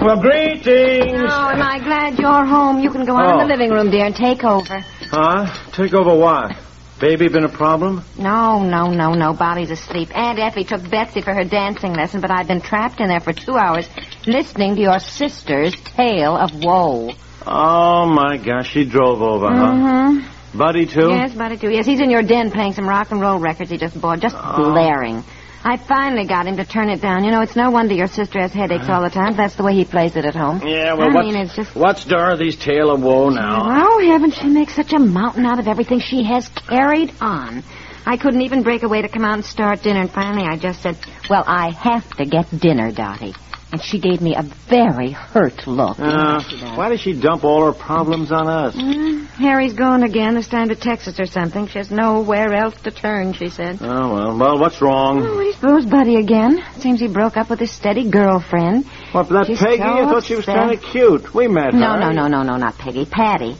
Well, greetings. Oh, am I glad you're home? You can go out in the Oh. living room, dear, and take over. Huh? Take over what? Baby been a problem? No, no, no, no. Bobby's asleep. Aunt Effie took Betsy for her dancing lesson, but I've been trapped in there for two hours listening to your sister's tale of woe. Oh, my gosh. She drove over, huh? Buddy, too? Mm-hmm. Hmm? Yes, Buddy, too. Yes, he's in your den playing some rock and roll records he just bought, just Oh. blaring. I finally got him to turn it down. You know, it's no wonder your sister has headaches all the time. That's the way he plays it at home. Yeah, well, I what's, mean, it's just... what's Dorothy's tale of woe now? Oh, heavens, she makes such a mountain out of everything she has carried on. I couldn't even break away to come out and start dinner, and finally I just said, Well, I have to get dinner, Dottie. And she gave me a very hurt look. You know how she Uh, does. why does she dump all her problems on us? Mm, Harry's going again, this time to Texas or something. She has nowhere else to turn, she said. Oh, well, well, what's wrong? Oh, what do you suppose, Buddy, again? Seems he broke up with his steady girlfriend. What, that she's Peggy? so I thought she was upset. kind of cute. We met No, her. no, no, no, no, not Peggy. Patty.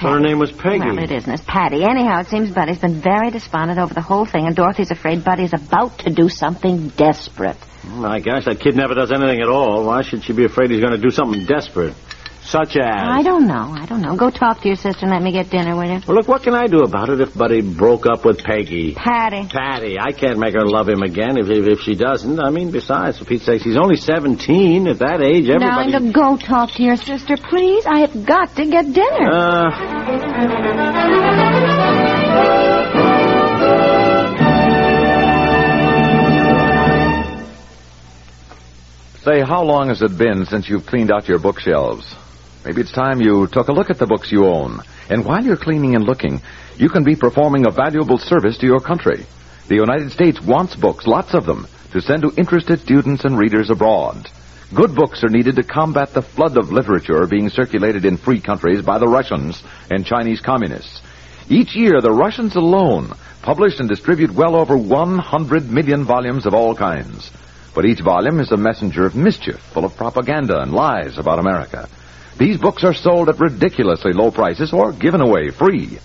Her name was Peggy. Well, it isn't. It's Patty. Anyhow, it seems Buddy's been very despondent over the whole thing, and Dorothy's afraid Buddy's about to do something desperate. My gosh, that kid never does anything at all. Why should she be afraid he's going to do something desperate? Such as... I don't know. I don't know. Go talk to your sister and let me get dinner, will you? Well, look, what can I do about it if Buddy broke up with Peggy? Patty. Patty, I can't make her love him again if, if, if she doesn't. I mean, besides, for Pete's sake, she's only 17. At that age, everybody... Now, go talk to your sister, please. I have got to get dinner. Uh, Say, how long has it been since you've cleaned out your bookshelves? Maybe it's time you took a look at the books you own. And while you're cleaning and looking, you can be performing a valuable service to your country. The United States wants books, lots of them, to send to interested students and readers abroad. Good books are needed to combat the flood of literature being circulated in free countries by the Russians and Chinese communists. Each year, the Russians alone publish and distribute well over 100 million volumes of all kinds. But each volume is a messenger of mischief, full of propaganda and lies about America. These books are sold at ridiculously low prices or given away free. Now,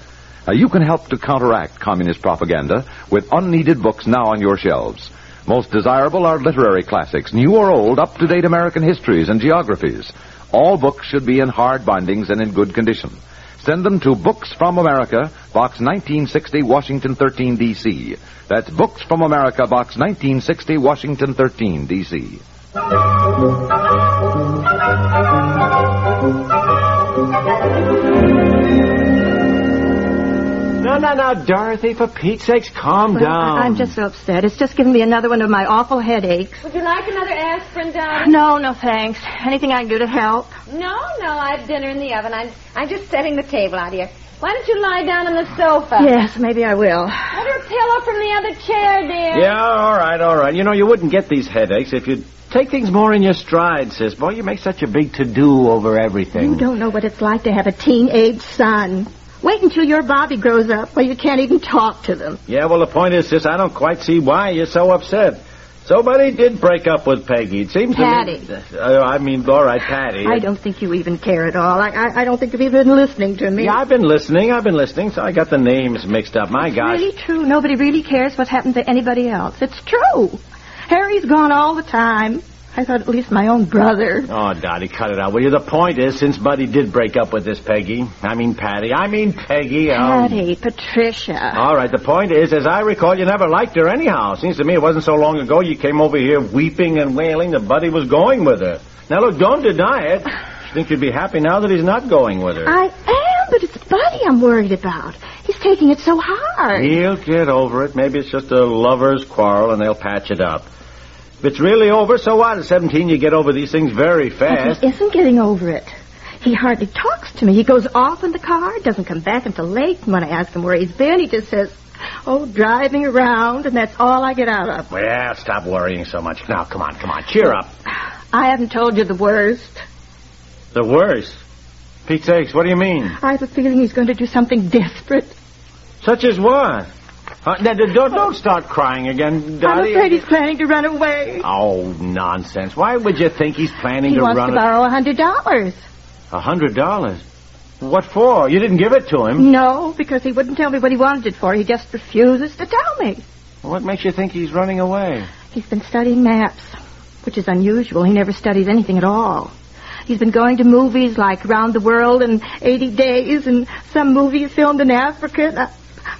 Uh, you can help to counteract communist propaganda with unneeded books now on your shelves. Most desirable are literary classics, new or old, up to date American histories and geographies. All books should be in hard bindings and in good condition. Send them to Books from America, Box 1960, Washington 13, D.C. That's Books from America, Box 1960, Washington 13, D.C. no, no, no, Dorothy, for Pete's sakes, calm Well, down. I- I'm just so upset. It's just giving me another one of my awful headaches. Would you like another aspirin, darling? No, no, thanks. Anything I can do to help? No, no, I've dinner in the oven. I'm, I'm just setting the table out here. Why don't you lie down on the sofa? Yes, maybe I will. Get her pillow from the other chair, dear. Yeah, all right, all right. You know, you wouldn't get these headaches if you'd take things more in your stride, sis. Boy, you make such a big to-do over everything. You don't know what it's like to have a teenage son. Wait until your Bobby grows up where you can't even talk to them. Yeah, well, the point is, sis, I don't quite see why you're so upset. Somebody did break up with Peggy. It seems Patty. to me... Uh, I mean, all right, Patty. I don't think you even care at all. I, I, I don't think you've even been listening to me. Yeah, I've been listening. I've been listening, so I got the names mixed up. My gosh. really true. Nobody really cares what happened to anybody else. It's true. Harry's gone all the time. I thought at least my own brother. Oh, Dottie, cut it out, will you? The point is, since Buddy did break up with this Peggy, I mean Patty, I mean Peggy. um, Patty, Patricia. All right, the point is, as I recall, you never liked her anyhow. Seems to me it wasn't so long ago you came over here weeping and wailing that Buddy was going with her. Now, look, don't deny it. You think you'd be happy now that he's not going with her. I am, but it's Buddy I'm worried about. He's taking it so hard. He'll get over it. Maybe it's just a lover's quarrel and they'll patch it up. If it's really over, so what? At 17, you get over these things very fast. He isn't getting over it. He hardly talks to me. He goes off in the car, doesn't come back until late. When I ask him where he's been, he just says, Oh, driving around, and that's all I get out of. Well, yeah, stop worrying so much. Now, come on, come on. Cheer up. I haven't told you the worst. The worst. Pete sakes, what do you mean? I have a feeling he's going to do something desperate. Such as what? Huh? Now, d- don't, don't start crying again, I'm Dottie. afraid he's planning to run away. Oh, nonsense. Why would you think he's planning He to wants run to borrow a hundred dollars. a hundred dollars? What for? You didn't give it to him. No, because he wouldn't tell me what he wanted it for. He just refuses to tell me. What makes you think he's running away? He's been studying maps, which is unusual. He never studies anything at all. He's been going to movies like Round the World in 80 Days and some movie filmed in Africa. And I,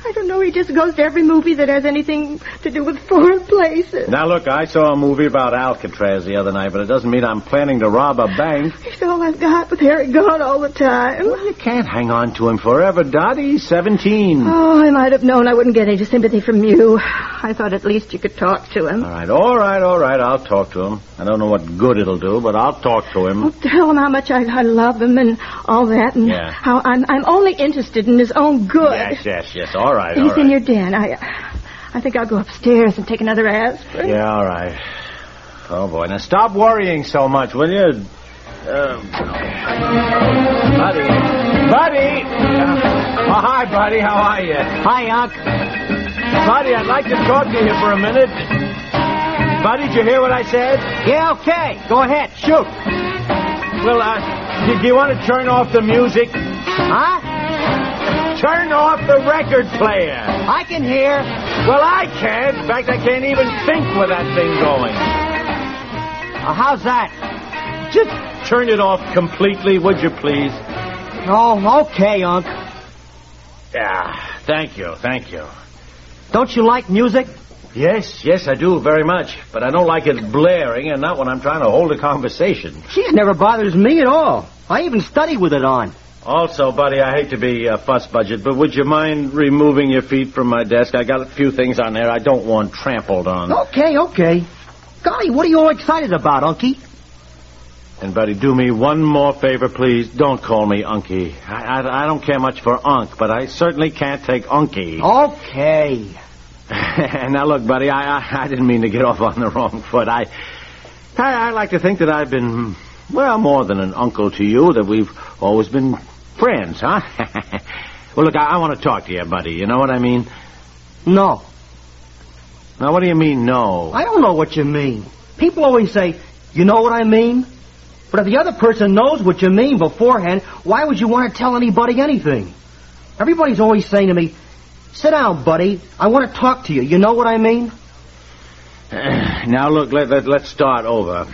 I don't know, he just goes to every movie that has anything to do with foreign places. Now, look, I saw a movie about Alcatraz the other night, but it doesn't mean I'm planning to rob a bank. He's all I've got with Harry gone all the time. You can't hang on to him forever, Dottie. He's 17. Oh, I might have known I wouldn't get any sympathy from you. I thought at least you could talk to him. All right, all right, all right. I'll talk to him. I don't know what good it'll do, but I'll talk to I'll him. Oh, tell him how much I, I love him and all that, and Yeah. how I'm I'm only interested in his own good. Yes, yes, yes. All right, all He's in right. your den. I, I think I'll go upstairs and take another aspirin. Yeah, all right. Oh, boy. Now, stop worrying so much, will you? Uh, buddy. Buddy! Uh, oh, hi, buddy. How are you? Hi, Unc. Buddy, I'd like to talk to you for a minute. Buddy, did you hear what I said? Yeah, okay. Go ahead. Shoot. Well, uh, do, do you want to turn off the music? Huh? Turn off the record player. I can hear. Well, I can't. In fact, I can't even think with that thing going. Uh, how's that? Just turn it off completely, would you please? Oh, okay, Unc. Yeah, Ah, thank you, thank you. Don't you like music? Yes, yes, I do very much, but I don't like it blaring and not when I'm trying to hold a conversation. She's never bothers me at all. I even study with it on. Also, buddy, I hate to be a fuss budget, but would you mind removing your feet from my desk? I got a few things on there I don't want trampled on. Okay, okay. Golly, what are you all excited about, Unky? And, buddy, do me one more favor, please. Don't call me Unky. I, I, I don't care much for Unk, but I certainly can't take Oh, Unky. Okay. now, look, buddy, I, I, I didn't mean to get off on the wrong foot. I, I, I like to think that I've been, well, more than an uncle to you, that we've always been friends, huh? well, look, I, I want to talk to you, buddy. You know what I mean? No, Now, what do you mean, no? I don't know what you mean. People always say, you know what I mean? But if the other person knows what you mean beforehand, why would you want to tell anybody anything? Everybody's always saying to me, sit down, buddy. I want to talk to you. You know what I mean? now, look, let, let, let's start over.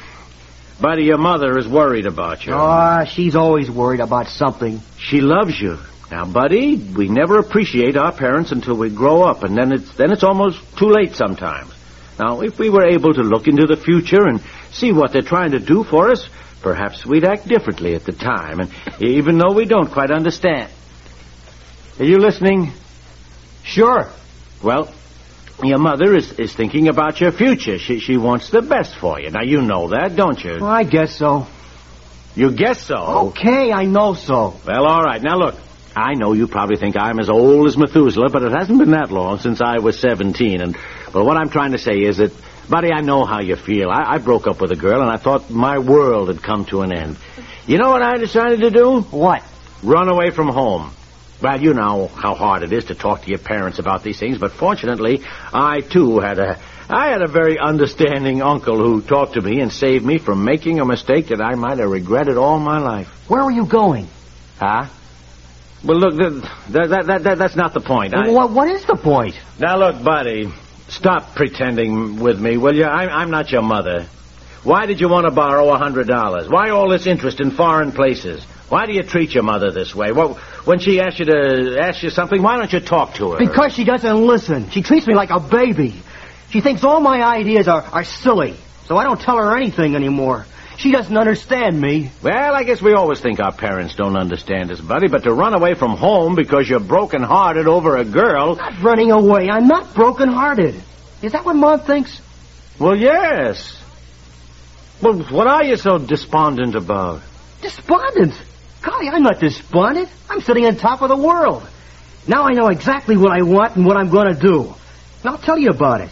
Buddy, your mother is worried about you. Ah, she's always worried about something. She loves you. Now, buddy, we never appreciate our parents until we grow up, and then it's then it's almost too late sometimes. Now, if we were able to look into the future and see what they're trying to do for us, perhaps we'd act differently at the time, and even though we don't quite understand. Are you listening? Sure. Well, your mother is, is thinking about your future. She she wants the best for you. Now you know that, don't you? I guess so. You guess so. Okay, I know so. Well, all right. Now, look, I know you probably think I'm as old as Methuselah, but it hasn't been that long since I was 17. And, well, what I'm trying to say is that, buddy, I know how you feel. I, I broke up with a girl, and I thought my world had come to an end. You know what I decided to do? What? Run away from home. Well, you know how hard it is to talk to your parents about these things, but fortunately, I too had a I had a very understanding uncle who talked to me and saved me from making a mistake that I might have regretted all my life. Where were you going? Huh? Well, look, th th that, that, that, that's not the point. I- Uh. What, what is the point? Now, look, buddy, stop pretending with me, will you? I'm, I'm not your mother. Why did you want to borrow a $100? Why all this interest in foreign places? Why do you treat your mother this way? Well, when she asks you to ask you something, why don't you talk to her? Because she doesn't listen. She treats me like a baby. She thinks all my ideas are, are silly, so I don't tell her anything anymore. She doesn't understand me. Well, I guess we always think our parents don't understand us, buddy, but to run away from home because you're broken-hearted over a girl... I'm not running away. I'm not broken-hearted. Is that what Mom thinks? Well, yes. Well, what are you so despondent about? Despondent? Golly, I'm not despondent. I'm sitting on top of the world. Now I know exactly what I want and what I'm going to do. And I'll tell you about it.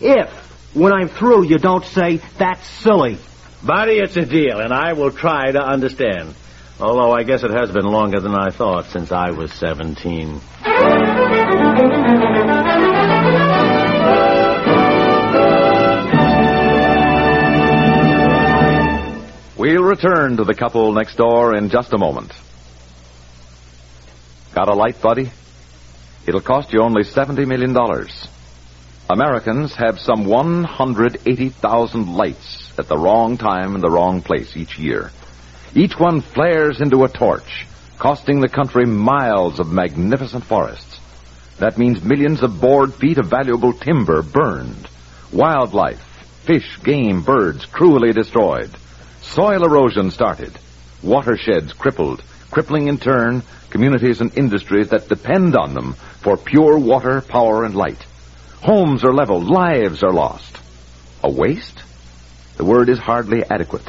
If, when I'm through, you don't say, that's silly. Buddy, it's a deal, and I will try to understand. Although I guess it has been longer than I thought since I was 17. We'll return to the couple next door in just a moment. Got a light, buddy? It'll cost you only $70 million. Americans have some 180,000 lights at the wrong time and the wrong place each year. Each one flares into a torch, costing the country miles of magnificent forests. That means millions of board feet of valuable timber burned, wildlife, fish, game, birds cruelly destroyed, soil erosion started, watersheds crippled, crippling in turn communities and industries that depend on them for pure water, power, and light. Homes are leveled, lives are lost. A waste? The word is hardly adequate.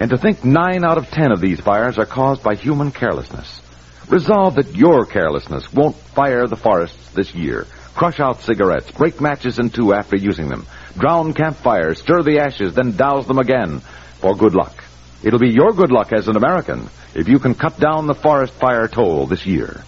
And to think nine out of ten of these fires are caused by human carelessness. Resolve that your carelessness won't fire the forests this year. Crush out cigarettes, break matches in two after using them, drown campfires, stir the ashes, then douse them again for good luck. It'll be your good luck as an American if you can cut down the forest fire toll this year.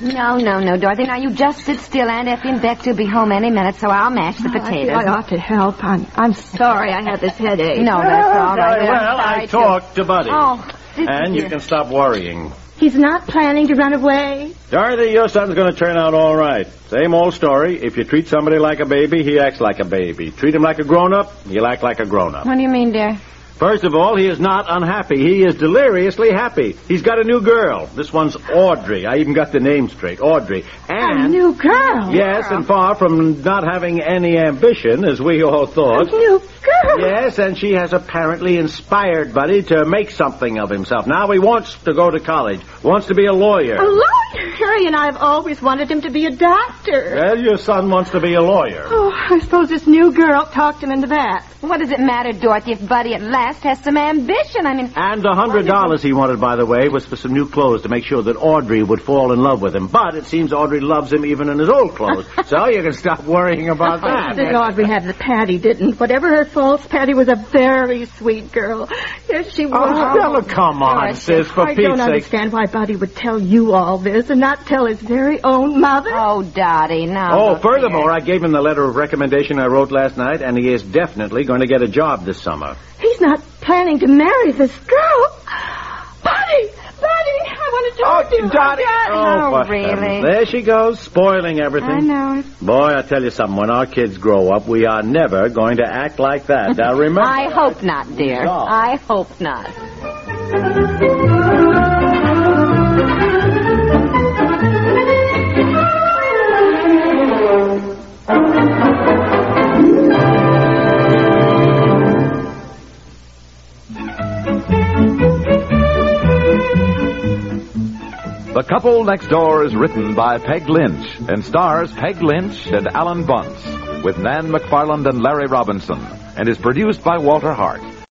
No, no, no, Dorothy. Now you just sit still. Aunt Effie and Betsy will be home any minute, so I'll mash the I feel I potatoes. ought to help. I'm, I'm sorry I had this headache. No, Oh, that's all right. Very well, I I'm sorry, talked to Buddy. too. Oh, did and you can stop worrying. He's not planning to run away. Dorothy, your son's going to turn out all right. Same old story. If you treat somebody like a baby, he acts like a baby. Treat him like a grown up, he'll act like a grown up. What do you mean, dear? First of all, he is not unhappy. He is deliriously happy. He's got a new girl. This one's Audrey. I even got the name straight. Audrey. A And new girl. yes, and far from not having any ambition, as we all A thought. new girl. Yes, and she has apparently inspired Buddy to make something of himself. Now he wants to go to college, wants to be a lawyer. A lawyer. Harry and I have always wanted him to be a doctor. Well, your son wants to be a lawyer. Oh, I suppose this new girl talked him into that. What does it matter, Dorothy, if Buddy at last has some ambition? I mean, And the hundred dollars he wanted, by the way, was for some new clothes to make sure that Audrey would fall in love with him. But it seems Audrey loves him even in his old clothes, so you can stop worrying about Did that. Audrey had the Patty didn't. Whatever her faults, Patty was a very sweet girl. Yes, she was. Oh, Stella, come on, sis, for I Pete's don't sake. understand why Buddy would tell you all this and not tell his very own mother. oh, Dottie, no. Oh, look furthermore, I gave him the letter of recommendation I wrote last night, and he is definitely going to get a job this summer. He's not planning to marry this girl. Buddy! Buddy! I want to talk to Oh, you. Oh, Dottie! I got- Oh, for really? heavens. There she goes, spoiling here. I everything. know. Boy, I tell you something, when our kids grow up, we are never going to act like that. Now, remember... I hope not, dear. No. I hope not. The Couple Next Door is written by Peg Lynch and stars Peg Lynch and Alan Bunce with Nan McFarland and Larry Robinson and is produced by Walter Hart.